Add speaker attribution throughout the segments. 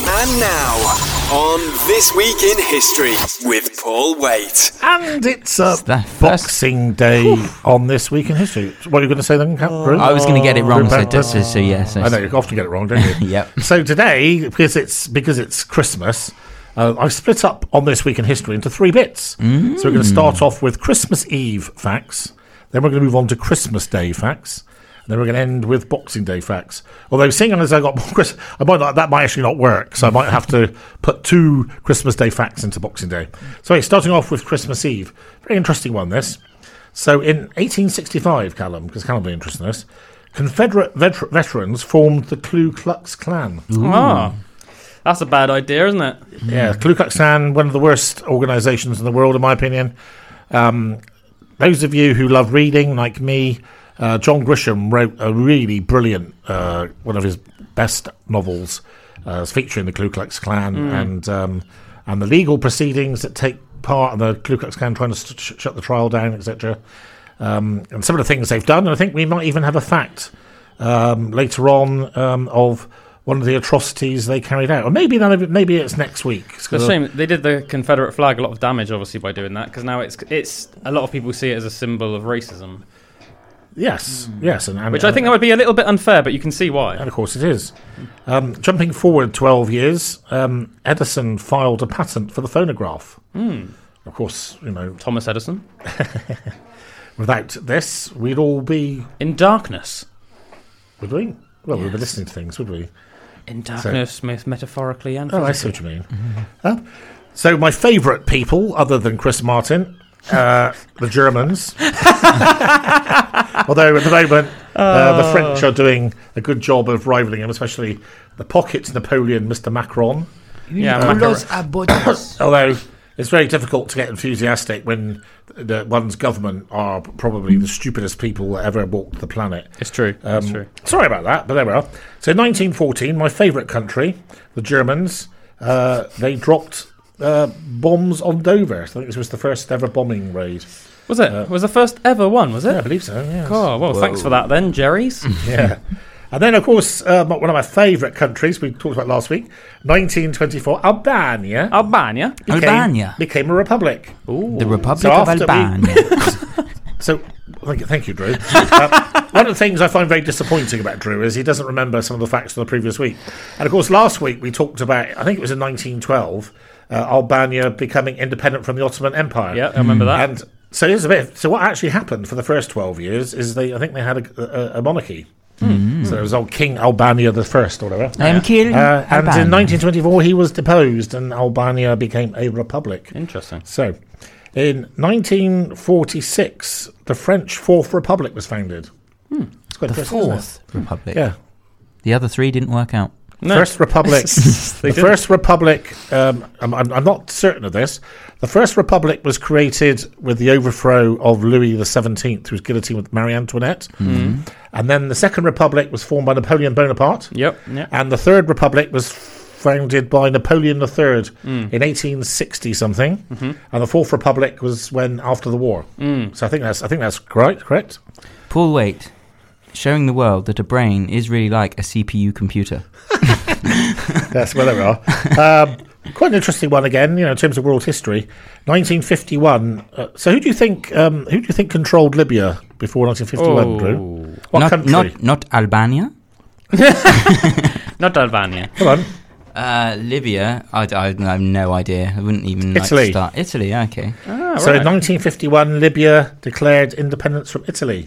Speaker 1: And now, on This Week in History with Paul Waite.
Speaker 2: And it's uh,
Speaker 3: the first-
Speaker 2: Boxing Day on this week in history. What are you going to say then, Cap? Bruce?
Speaker 3: I was going to get it wrong, so,
Speaker 2: Bruce
Speaker 3: so,
Speaker 2: Banter?
Speaker 3: so, yeah. So,
Speaker 2: I know you often get it wrong, don't you?
Speaker 3: Yep.
Speaker 2: So today, because it's because it's Christmas, uh, I've split up on this week in history into three bits. So we're going to start off with Christmas Eve facts, then we're going to move on to Christmas Day facts, and then we're going to end with Boxing Day facts. Although seeing as I got more Chris, I might not, that might actually not work, so I might have to put two Christmas Day facts into Boxing Day. So hey, starting off with Christmas Eve, very interesting one. This. So in 1865, Callum, because Callum will be interested in this, Confederate veter- veterans formed the Ku Klux Klan.
Speaker 4: Ah, that's a bad idea, isn't it?
Speaker 2: Hmm. Yeah, Ku Klux Klan, one of the worst organizations in the world, in my opinion. Um, those of you who love reading, like me, uh, John Grisham wrote a really brilliant, uh, one of his best novels, uh, featuring the Ku Klux Klan
Speaker 4: Mm.
Speaker 2: and um, and the legal proceedings that take part in the Ku Klux Klan trying to st- sh- shut the trial down, etc. Um, and some of the things they've done. And I think we might even have a fact um, later on um, of one of the atrocities they carried out. Or maybe none of it, maybe it's next week.
Speaker 4: It's a shame they did the Confederate flag a lot of damage, obviously, by doing that because now it's it's a lot of people see it as a symbol of racism,
Speaker 2: Yes, yes, and, and
Speaker 4: Mm. which I think that would be a little bit unfair, but you can see why.
Speaker 2: And of course it is. Um, jumping forward 12 years, um, Edison filed a patent for the phonograph. Of course, you know,
Speaker 4: Thomas Edison
Speaker 2: without this, we'd all be,
Speaker 4: in darkness.
Speaker 2: would we? Well, we'd be listening to things, would we?
Speaker 4: In darkness, both metaphorically and
Speaker 2: Oh, I see what you mean. Huh? So, my favourite people, other than Chris Martin, uh, the Germans. Although at the moment, uh, the French are doing a good job of rivaling him, especially the pocket Napoleon, Mr. Macron.
Speaker 4: Yeah,
Speaker 5: Los abuelos.
Speaker 2: Although it's very difficult to get enthusiastic when the, one's government are probably the stupidest people that ever walked the planet.
Speaker 4: it's true.
Speaker 2: Um,
Speaker 4: it's true.
Speaker 2: Sorry about that, but there we are. So, 1914, my favourite country, the Germans, uh, they dropped uh, bombs on Dover. So I think this was the first ever bombing raid.
Speaker 4: Was it? was the first ever one? Was it?
Speaker 2: uh, Yeah, I believe so. Yes.
Speaker 4: Oh well, thanks for that then, Jerry's.
Speaker 2: Yeah. And then, of course, uh, my- one of my favourite countries we talked about last week, 1924, Albania
Speaker 4: Albania.
Speaker 2: became,
Speaker 3: Albania.
Speaker 2: became a republic.
Speaker 3: the Republic
Speaker 2: So
Speaker 3: of
Speaker 2: after we-
Speaker 3: Albania.
Speaker 2: So, thank you, thank you Drew. Uh, one of the things I find very disappointing about Drew is he doesn't remember some of the facts from the previous week. And of course, last week we talked about, I think it was in 1912, uh, Albania becoming independent from the Ottoman Empire.
Speaker 4: Yeah, I remember that.
Speaker 2: And so here's a bit. So what actually happened for the first 12 years is they, I think they had a, a, a monarchy.
Speaker 4: Hmm.
Speaker 2: So it was old King Albania the First or whatever.
Speaker 3: I am killing
Speaker 2: Uh, and in
Speaker 3: Albania.
Speaker 2: 1924, he was deposed, and Albania became a republic.
Speaker 4: Interesting.
Speaker 2: So, in 1946, the French Fourth Republic was founded. It's quite
Speaker 3: the
Speaker 2: interesting, isn't it?
Speaker 3: Fourth Republic.
Speaker 2: Yeah.
Speaker 3: The other three didn't work out.
Speaker 4: No.
Speaker 2: First Republic.
Speaker 4: They
Speaker 2: the
Speaker 4: did.
Speaker 2: First Republic, um, I'm, I'm, I'm not certain of this. The First Republic was created with the overthrow of Louis the Seventeenth, who was guillotined with Marie Antoinette.
Speaker 4: Hmm.
Speaker 2: And then the Second Republic was formed by Napoleon Bonaparte.
Speaker 4: Yep. Yep.
Speaker 2: And the Third Republic was founded by Napoleon III
Speaker 4: Mm.
Speaker 2: in 1860 something,
Speaker 4: Mm-hmm.
Speaker 2: and the Fourth Republic was when after the war.
Speaker 4: Mm.
Speaker 2: So I think that's I think that's correct. Correct.
Speaker 3: Paul Wait, showing the world that a brain is really like a CPU computer.
Speaker 2: That's where they are. Um, quite an interesting one again. You know, in terms of world history, 1951. Uh, so who do you think um, who do you think controlled Libya before 1951? Drew?
Speaker 4: Oh,
Speaker 2: What
Speaker 3: not,
Speaker 2: country?
Speaker 3: not not Albania.
Speaker 4: not Albania.
Speaker 2: Come on,
Speaker 3: Uh, Libya. I, I, have no idea. I wouldn't even like,
Speaker 2: Italy.
Speaker 3: start. Italy. Okay.
Speaker 4: Ah,
Speaker 2: so in
Speaker 4: right.
Speaker 2: 1951, Libya declared independence from Italy.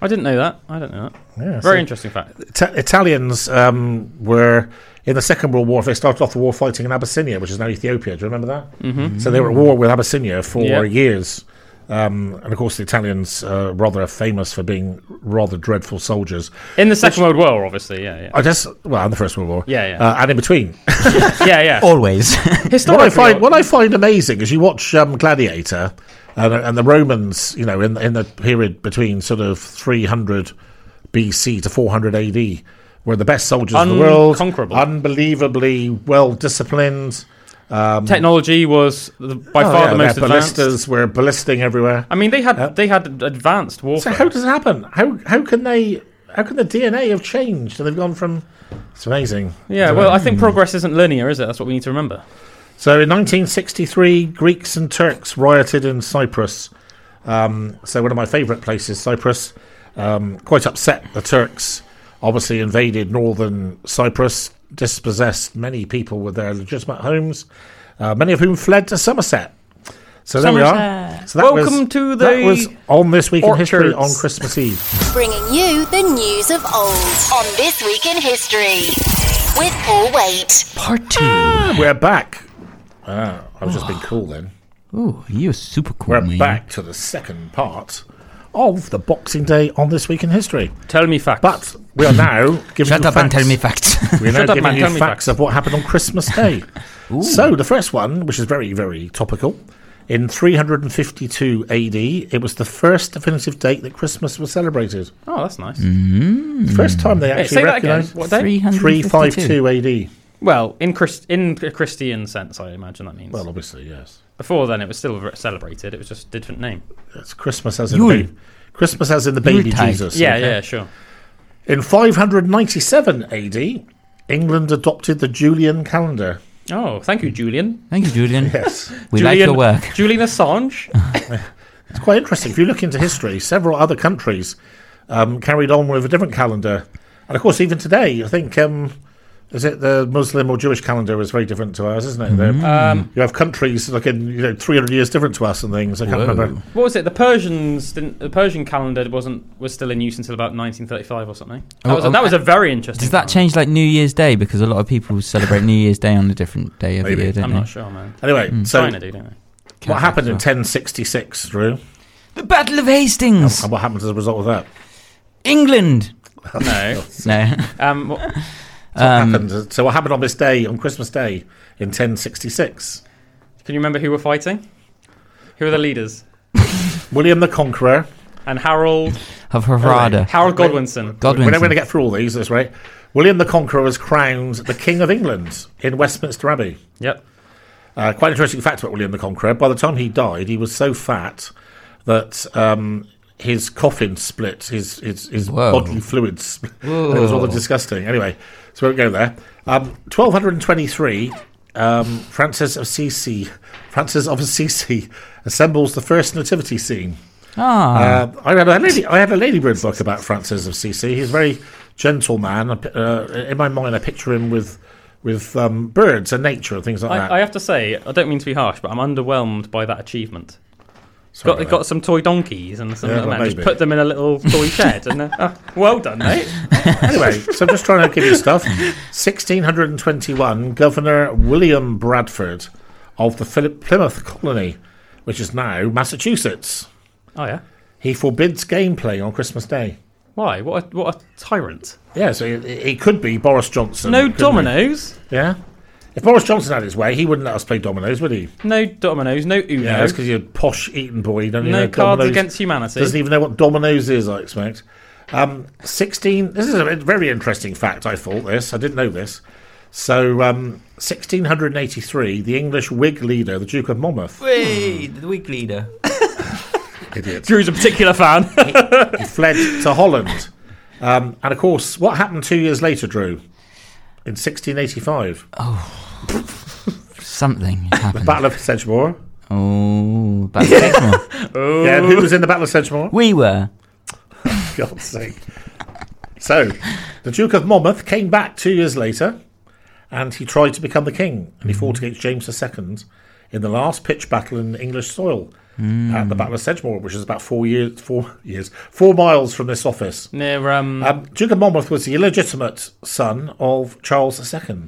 Speaker 4: I didn't know that. I don't know that.
Speaker 2: Yeah,
Speaker 4: Very
Speaker 2: so-
Speaker 4: interesting fact.
Speaker 2: Ta- Italians um, were in the Second World War. They started off the war fighting in Abyssinia, which is now Ethiopia. Do you remember that? Mm-hmm. So they were at war with Abyssinia for
Speaker 4: Yeah.
Speaker 2: years. Um, and of course, the Italians uh, rather famous for being rather dreadful soldiers.
Speaker 4: In the Second World War, obviously. Yeah.
Speaker 2: I guess, well, and the First World War,
Speaker 4: Yeah, yeah.
Speaker 2: uh, and in between.
Speaker 4: Yeah. Yeah. Yeah.
Speaker 3: Always.
Speaker 2: what I
Speaker 4: Historically,
Speaker 2: find what I find amazing is you watch um, Gladiator and, and the Romans, you know, in in the period between sort of 300 BC to 400 AD, were the best soldiers in the world,
Speaker 4: Unconquerable.
Speaker 2: unbelievably well disciplined.
Speaker 4: technology was the, by
Speaker 2: Oh,
Speaker 4: far
Speaker 2: yeah,
Speaker 4: the most
Speaker 2: their
Speaker 4: advanced.
Speaker 2: ballistas were ballisting everywhere.
Speaker 4: I mean, they had they had advanced
Speaker 2: So
Speaker 4: warfare.
Speaker 2: how does it happen? How how can they How can the DNA have changed? And they've gone from. It's amazing.
Speaker 4: Yeah, well, I think progress isn't linear, is it? That's what we need to remember.
Speaker 2: So in 1963, Greeks and Turks rioted in Cyprus. Um, so one of my favourite places, Cyprus. Um, quite upset the Turks obviously invaded northern Cyprus, dispossessed many people with their legitimate homes, uh, many of whom fled to Somerset. So there we are. So that
Speaker 4: Welcome
Speaker 2: was,
Speaker 4: to
Speaker 2: that
Speaker 4: the
Speaker 2: was on this week in history on
Speaker 4: orchards.
Speaker 2: Christmas Eve.
Speaker 5: Bringing you the news of old on This Week in History with Paul Wait.
Speaker 3: Part two.
Speaker 4: Oh.
Speaker 2: We're back. Ah, I was just being cool then.
Speaker 3: Ooh, you're super cool,
Speaker 2: We're
Speaker 3: man.
Speaker 2: back to the second part of the Boxing Day on this week in history.
Speaker 4: Tell me facts.
Speaker 2: But we are now giving
Speaker 3: Shut
Speaker 2: you
Speaker 3: up
Speaker 2: facts.
Speaker 3: and tell me facts.
Speaker 2: We're now
Speaker 4: Shut up,
Speaker 2: giving
Speaker 4: man,
Speaker 2: you
Speaker 4: tell me
Speaker 2: facts, of what happened on Christmas Day. so the first one, which is very, very topical, in 352 AD, it was the first definitive date that Christmas was celebrated.
Speaker 4: oh, that's nice.
Speaker 3: Mm.
Speaker 2: First time they
Speaker 4: Hey,
Speaker 2: actually
Speaker 4: say that again.
Speaker 2: recognised
Speaker 4: What day?
Speaker 3: 352.
Speaker 2: 352 AD.
Speaker 4: Well, in Christ- in a Christian sense, I imagine that means.
Speaker 2: Well, obviously, yes.
Speaker 4: Before then, it was still re- celebrated. It was just a different name.
Speaker 2: It's Christmas as in
Speaker 3: Yule.
Speaker 2: the baby. Christmas as in the baby
Speaker 3: Yuletide.
Speaker 2: Jesus.
Speaker 4: yeah,
Speaker 2: okay?
Speaker 4: yeah, sure.
Speaker 2: In 597 AD, England adopted the Julian calendar.
Speaker 4: Oh, thank you, Julian.
Speaker 3: Thank you, Julian.
Speaker 2: Yes.
Speaker 3: We
Speaker 4: Julian,
Speaker 3: like your work.
Speaker 4: Julian Assange.
Speaker 2: It's quite interesting. If you look into history, several other countries um, carried on with a different calendar. And of course, even today, I think, um, is it the Muslim or Jewish calendar is very different to ours, isn't it? They're-
Speaker 3: Mm-hmm.
Speaker 4: um,
Speaker 2: You have countries like in you know 300 years different to us and things. I can't
Speaker 3: Whoa.
Speaker 2: remember.
Speaker 4: what was it? The Persians didn't. The Persian calendar wasn't was still in use until about 1935 or something. That
Speaker 3: Oh,
Speaker 4: was a,
Speaker 3: oh,
Speaker 4: that was a very interesting.
Speaker 3: Does that
Speaker 4: calendar.
Speaker 3: change like New Year's Day? Because a lot of people celebrate New Year's Day on a different day every
Speaker 2: Maybe.
Speaker 3: year, don't
Speaker 4: I'm
Speaker 3: they?
Speaker 4: not sure, man.
Speaker 2: Anyway,
Speaker 3: Mm.
Speaker 2: so
Speaker 4: China do, don't they?
Speaker 3: Catholics
Speaker 2: what happened in
Speaker 3: as
Speaker 2: 1066, Drew?
Speaker 3: well. The Battle of Hastings,
Speaker 2: And what happened as a result of that?
Speaker 3: England.
Speaker 4: No.
Speaker 3: No,
Speaker 4: Um, what-
Speaker 2: So,
Speaker 3: Um,
Speaker 2: what happened, so what happened on this day, on Christmas Day in 1066?
Speaker 4: can you remember who were fighting? Who were the leaders?
Speaker 2: William the Conqueror.
Speaker 4: And Harold
Speaker 3: of Harada.
Speaker 4: Harold Godwinson.
Speaker 2: We're
Speaker 3: Godwin.
Speaker 2: not going to get through all these, that's right. William the Conqueror was crowned the King of England in Westminster Abbey.
Speaker 4: Yep.
Speaker 2: Uh, quite interesting fact about William the Conqueror. By the time he died, he was so fat that um, his coffin split, his his, his
Speaker 3: Whoa.
Speaker 2: bodily fluids. split. it was rather disgusting. Anyway, so we won't go there. Um, 1223, um, Francis of Assisi, Francis of Assisi assembles the first nativity scene.
Speaker 3: Ah,
Speaker 2: Uh, I had a lady. I had a Ladybird book about Francis of Assisi. He's a very gentle man. Uh, in my mind, I picture him with with um, birds and nature and things like that.
Speaker 4: I, I have to say, I don't mean to be harsh, but I'm underwhelmed by that achievement.
Speaker 2: Sorry
Speaker 4: Got, they
Speaker 2: about
Speaker 4: got some toy donkeys and some
Speaker 2: Yeah,
Speaker 4: little
Speaker 2: well,
Speaker 4: men. Just
Speaker 2: maybe.
Speaker 4: put them in a little toy shed. and uh, oh, Well done, mate.
Speaker 2: that. anyway, so I'm just trying to give you stuff. 1621, Governor William Bradford of the Philip Plymouth Colony, which is now Massachusetts,
Speaker 4: Oh, yeah.
Speaker 2: he forbids game playing on Christmas Day.
Speaker 4: Why? What a, what a tyrant.
Speaker 3: Oh,
Speaker 2: Yeah, so it, it could be Boris Johnson.
Speaker 4: No
Speaker 2: couldn't it?
Speaker 4: dominoes.
Speaker 2: Yeah. If Boris Johnson had his way, he wouldn't let us play dominoes, would he?
Speaker 4: No dominoes. No Uno.
Speaker 2: Yeah, that's because you're a posh Eton boy. You don't even
Speaker 4: no
Speaker 2: know
Speaker 4: cards
Speaker 2: Domino's-
Speaker 4: against humanity.
Speaker 2: Doesn't even know what Domino's is. I expect. Um, Sixteen. This is a very interesting fact. I thought this. I didn't know this. So, um, 1683, the English Whig leader, the Duke of Monmouth,
Speaker 3: Wait, the week leader.
Speaker 2: idiot,
Speaker 4: Drew's a particular fan.
Speaker 2: he fled to Holland. Um, and of course, what happened two years later, Drew? In 1685,
Speaker 3: Something happened.
Speaker 2: Battle of Sedgemoor.
Speaker 3: oh, Battle of Hastings.
Speaker 2: Yeah, and who was in the Battle of Sedgemoor?
Speaker 3: we were.
Speaker 2: God's sake. So, the Duke of Monmouth came back two years later and he tried to become the king and he fought against James II in the last pitched battle in English soil at the Battle of Sedgemoor, which is about four years, four years, four miles from this office.
Speaker 4: Near, um,
Speaker 2: Um, Duke of Monmouth was the illegitimate son of Charles II.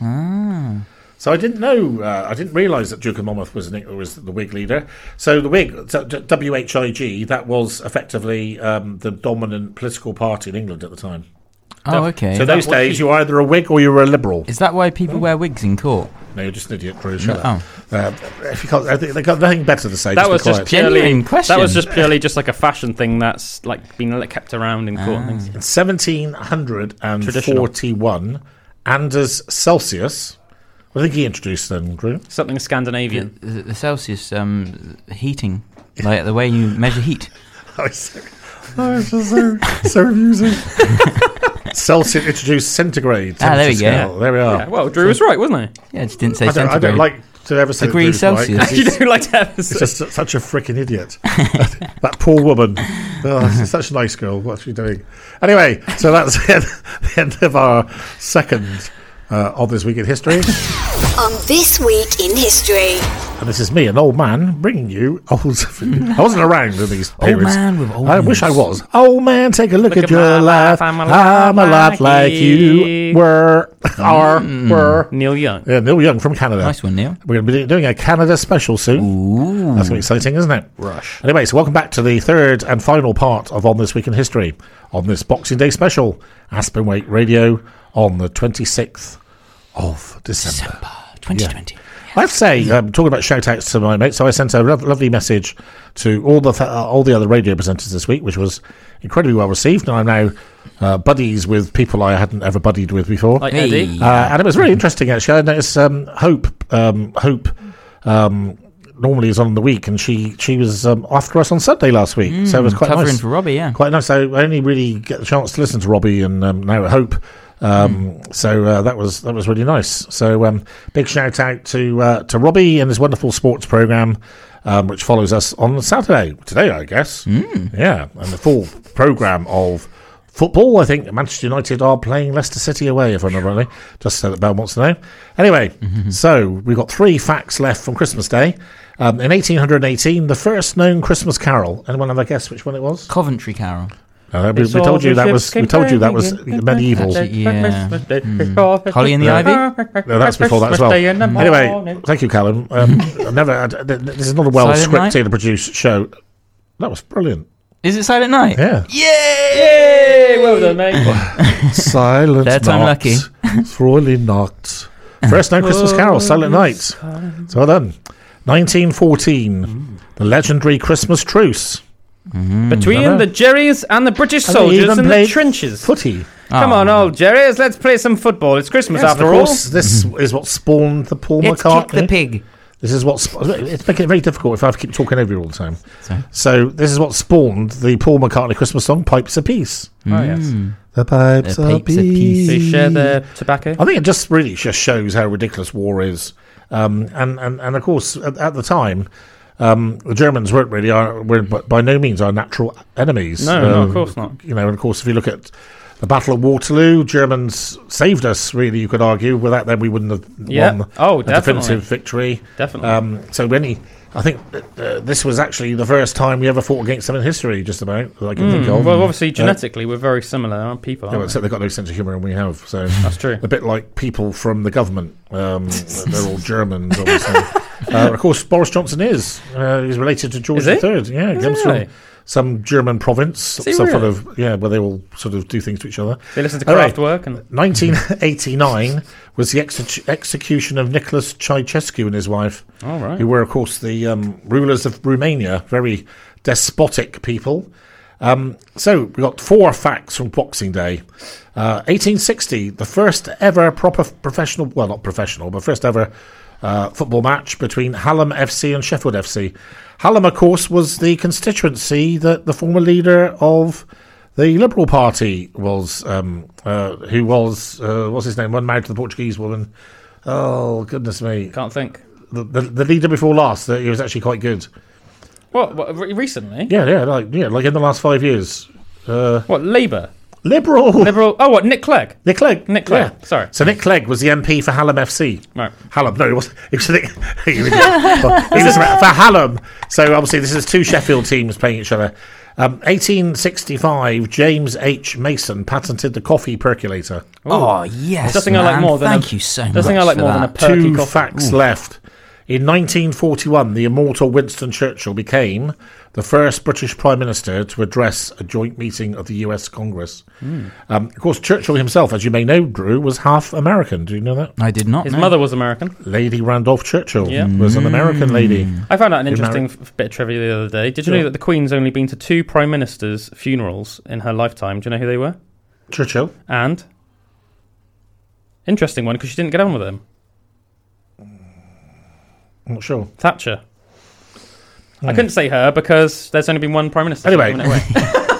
Speaker 4: Ah.
Speaker 2: So I didn't know, uh, I didn't realise that Duke of Monmouth was, an, was the Whig leader. So the Whig, so d- WHIG, that was effectively um, the dominant political party in England at the time.
Speaker 3: Oh, okay.
Speaker 2: So in those
Speaker 4: what
Speaker 2: days,
Speaker 4: he-
Speaker 2: you were either a Whig or you were a Liberal.
Speaker 3: Is that why people wear wigs in court?
Speaker 2: No, you're just an idiot, Drew. Shut
Speaker 3: No.
Speaker 2: up. Uh, if you can't, I think they've got nothing better to say.
Speaker 4: Oh. that
Speaker 2: just
Speaker 4: was
Speaker 2: be
Speaker 4: just
Speaker 2: quiet.
Speaker 4: purely.
Speaker 3: Genuine question.
Speaker 4: That was just purely just like a fashion thing that's like been like, kept around in court and things.
Speaker 2: In 1741, Anders Celsius. I think he introduced them, Drew.
Speaker 4: Something Scandinavian.
Speaker 3: The, the Celsius um, heating, like the way you measure heat.
Speaker 2: I see. Oh, it's just so, so amusing. Celsius introduced centigrade.
Speaker 3: Ah, there we
Speaker 2: temperature
Speaker 3: go.
Speaker 2: scale. There we are.
Speaker 4: Yeah, well, Drew was right, wasn't
Speaker 3: Yeah, it just didn't say
Speaker 2: I, don't, I
Speaker 3: centigrade.
Speaker 2: don't like to ever say
Speaker 3: Degree
Speaker 2: Drew's right.
Speaker 3: Celsius.
Speaker 4: he? you don't like to have
Speaker 2: It's just su- such a freaking idiot. that poor woman. Oh, she's such a nice girl. What's she doing? Anyway, so that's it. the end of our second uh, of this week in history.
Speaker 5: On This Week in History.
Speaker 2: And this is me, an old man, bringing you old. I wasn't around in these
Speaker 3: Old
Speaker 2: periods.
Speaker 3: man with old
Speaker 2: I wish I
Speaker 3: news.
Speaker 2: was. Old man, take a look, at,
Speaker 4: at
Speaker 2: your
Speaker 4: my
Speaker 2: life.
Speaker 4: life,
Speaker 2: I'm
Speaker 4: I'm
Speaker 2: a lot,
Speaker 4: a lot like
Speaker 2: like you
Speaker 4: you.
Speaker 2: were, are, were.
Speaker 4: Neil Young.
Speaker 2: Yeah, Neil Young from Canada.
Speaker 3: Nice one, Neil.
Speaker 2: We're going to be doing a Canada special soon. That's going to be exciting, isn't it? Rush. Anyway, so welcome back to the third and final part of On This Week in History on this Boxing Day special, Aspenwake Radio, on the 26th of December.
Speaker 3: December 2020.
Speaker 2: I have to say, um, talking about shout outs to my mates, so I sent a lo- lovely message to all the fa- uh, all the other radio presenters this week, which was incredibly well received, and I'm now uh, buddies with people I hadn't ever buddied with before.
Speaker 4: Like
Speaker 3: Hey.
Speaker 4: Eddie.
Speaker 2: Uh, and it was really interesting, actually. I noticed um, Hope. Um, Hope um, normally is on the week, and she she was um, after us on Sunday last week, so it was quite
Speaker 3: Mm, Covering
Speaker 2: nice.
Speaker 3: for Robbie, yeah.
Speaker 2: quite nice. I only really get the chance to listen to Robbie and um, now Hope. Um,
Speaker 3: Mm.
Speaker 2: So uh, that was that was really nice. So um, big shout out to uh, to Robbie and his wonderful sports program, um, which follows us on Saturday today, I guess.
Speaker 3: Hmm?
Speaker 2: Mm. Yeah, and the full program of football. I think Manchester United are playing Leicester City away, if I remember rightly. Just so that Bell wants to know. Anyway,
Speaker 4: Mm-hmm.
Speaker 2: so we've got three facts left from Christmas Day. Um, in 1818, the first known Christmas carol. Anyone have a guess which one it was?
Speaker 3: Coventry Carol.
Speaker 2: Uh, we, we
Speaker 4: It's all
Speaker 2: told you
Speaker 4: the
Speaker 2: that
Speaker 4: ships
Speaker 2: was we
Speaker 4: came
Speaker 2: told you that
Speaker 4: sailing
Speaker 2: was
Speaker 4: in.
Speaker 2: medieval.
Speaker 3: Actually, yeah. Hmm. Holly
Speaker 4: Holly
Speaker 3: and the
Speaker 4: Ivy?
Speaker 2: No, that's before that as well. Anyway, thank you, Callum. Um, I never. I, th- th- this is not a well
Speaker 3: Silent Night?
Speaker 2: scripted and produced show. That was brilliant.
Speaker 3: Is it Silent Night?
Speaker 2: Yeah.
Speaker 4: Yay! Well done, mate.
Speaker 2: Silent
Speaker 3: Third time lucky.
Speaker 2: Freuly Nacht. First known Christmas
Speaker 4: Oh,
Speaker 2: Carol, Silent Night. So well done. 1914, the legendary Christmas truce.
Speaker 4: Between the Jerrys and the British
Speaker 2: And they
Speaker 4: soldiers
Speaker 2: even
Speaker 4: in the
Speaker 2: played
Speaker 4: trenches.
Speaker 2: Footy.
Speaker 4: Come on, old Jerrys, let's play some football. It's Christmas
Speaker 2: Yes,
Speaker 4: after
Speaker 2: of
Speaker 4: all.
Speaker 2: course, this is what spawned the Paul
Speaker 3: Let's
Speaker 2: McCartney.
Speaker 3: kick the pig.
Speaker 2: This is what sp- it's making it very difficult if I have to keep talking over you all the time.
Speaker 3: Sorry.
Speaker 2: So this is what spawned the Paul McCartney Christmas song "Pipes a Piece."
Speaker 4: Oh, yes.
Speaker 2: The pipes,
Speaker 3: The are pipes are peace.
Speaker 4: They share their tobacco.
Speaker 2: I think it just really just shows how ridiculous war is, um, and, and and of course at, at the time, um, the Germans weren't really our, were b- by no means our natural enemies. Um,
Speaker 4: No, no, of course not.
Speaker 2: You know, and of course if you look at the Battle of Waterloo, Germans saved us. Really, you could argue. Without them, we wouldn't have
Speaker 4: Yeah.
Speaker 2: won
Speaker 4: Oh,
Speaker 2: a
Speaker 4: definitely.
Speaker 2: definitive victory.
Speaker 4: Definitely.
Speaker 2: Um, so many, I think uh, this was actually the first time we ever fought against them in history. Just about that I can think of.
Speaker 4: Hmm. Well, obviously, genetically, we're very similar, aren't people?
Speaker 2: um, Yeah, well,
Speaker 4: Aren't we?
Speaker 2: except they've got no sense of humour, and we have. So
Speaker 4: That's true.
Speaker 2: A bit like people from the government. Um, they're all Germans, obviously. uh, of course, Boris Johnson is. Uh, he's related to George
Speaker 4: Is he?
Speaker 2: III. Yeah, he comes
Speaker 4: Really?
Speaker 2: from some German province,
Speaker 4: he
Speaker 2: some sort
Speaker 4: really?
Speaker 2: of yeah, where they all sort of do things to each other.
Speaker 4: They listen to
Speaker 2: All right.
Speaker 4: craft work and
Speaker 2: 1989 was the exe- execution of Nicholas Ceausescu and his wife,
Speaker 4: All right.
Speaker 2: who were, of course, the um, rulers of Romania, very despotic people. Um, so we got four facts from Boxing Day. Uh, 1860, the first ever proper f- professional, well, not professional, but first ever uh, football match between Hallam FC and Sheffield FC. Hallam, of course, was the constituency that the former leader of the Liberal Party was, um, uh, who was, uh, what's his name, one married to the Portuguese woman. Oh, goodness me.
Speaker 4: can't think.
Speaker 2: The, the, the leader before last, uh, he was actually quite good.
Speaker 4: What, what re- recently?
Speaker 2: Yeah, yeah, like, yeah, like in the last five years. Uh,
Speaker 4: What, Labour?
Speaker 2: liberal.
Speaker 4: Liberal? Oh, what, Nick Clegg?
Speaker 2: Nick Clegg.
Speaker 4: Nick Clegg, sorry.
Speaker 2: So Nick Clegg was the MP for Hallam FC.
Speaker 4: Right.
Speaker 2: Hallam. No, he wasn't. He was, Nick, he was, he was for Hallam. So obviously, this is two Sheffield teams playing each other. Um, 1865, James H. Mason patented the coffee percolator.
Speaker 3: Oh, yes.
Speaker 4: There's nothing I like
Speaker 3: man.
Speaker 4: more than
Speaker 3: Thank
Speaker 4: a,
Speaker 3: you so
Speaker 4: there's
Speaker 3: much.
Speaker 4: Nothing I like
Speaker 3: for
Speaker 4: more than a
Speaker 3: that.
Speaker 4: perky
Speaker 2: Two
Speaker 4: coffee.
Speaker 2: facts left. In 1941, the immortal Winston Churchill became the first British Prime Minister to address a joint meeting of the US Congress.
Speaker 4: Hmm.
Speaker 2: Um, of course, Churchill himself, as you may know, Drew, was half American. Do you know that?
Speaker 3: I did not.
Speaker 4: His
Speaker 3: know.
Speaker 4: mother was American.
Speaker 2: Lady Randolph Churchill
Speaker 4: Yeah. Hmm.
Speaker 2: was an American lady.
Speaker 4: I found out an
Speaker 2: You're
Speaker 4: interesting f- bit of trivia the other day. Did you
Speaker 2: Sure.
Speaker 4: know that the Queen's only been to two prime ministers' funerals in her lifetime? Do you know who they were?
Speaker 2: Churchill?
Speaker 4: And interesting one because she didn't get on with them.
Speaker 2: I'm not sure.
Speaker 4: Thatcher. I couldn't say her because there's only been one prime minister. so
Speaker 2: Hmm. Anyway.
Speaker 4: I'm giving it away.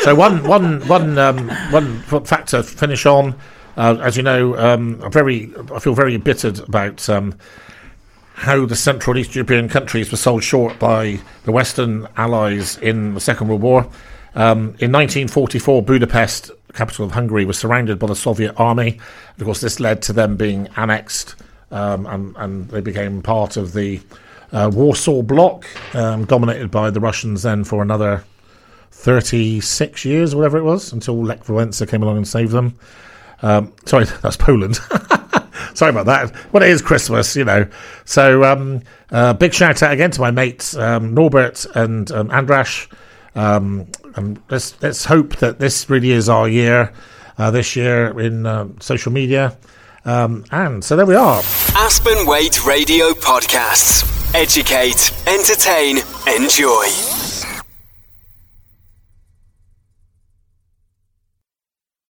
Speaker 2: So one one one um, one f- fact to finish on. Uh, as you know, um, I'm very I feel very embittered about um, how the Central and East European countries were sold short by the Western Allies in the Second World War. Um, in 1944, Budapest, capital of Hungary, was surrounded by the Soviet army. And of course, this led to them being annexed, um, and, and they became part of the uh, Warsaw Bloc, um, dominated by the Russians. Then for another 36 years, whatever it was, until Lech Walesa came along and saved them. Um, sorry, that's Poland. sorry about that. Well, it is Christmas, you know. So, um, uh, big shout out again to my mates um, Norbert and um, Andrash. Um, um, let's let's hope that this really is our year uh, this year in uh, social media. Um, and so there we are.
Speaker 1: Aspen Wade Radio Podcasts. Educate, entertain, enjoy.